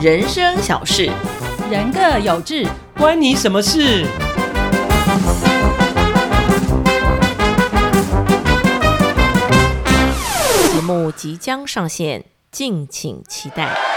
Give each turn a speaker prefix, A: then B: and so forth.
A: 人生小事，
B: 人各有志，
C: 关你什么事？
A: 节目即将上线，敬请期待。